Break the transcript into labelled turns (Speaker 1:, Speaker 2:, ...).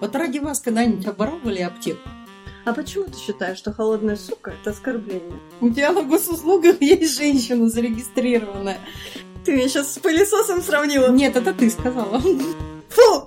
Speaker 1: Вот ради вас когда-нибудь оборовали аптеку?
Speaker 2: А почему ты считаешь, что холодная сука – это оскорбление?
Speaker 1: У тебя на госуслугах есть женщина зарегистрированная.
Speaker 2: Ты меня сейчас с пылесосом сравнила.
Speaker 1: Нет, это ты сказала.
Speaker 2: Фу!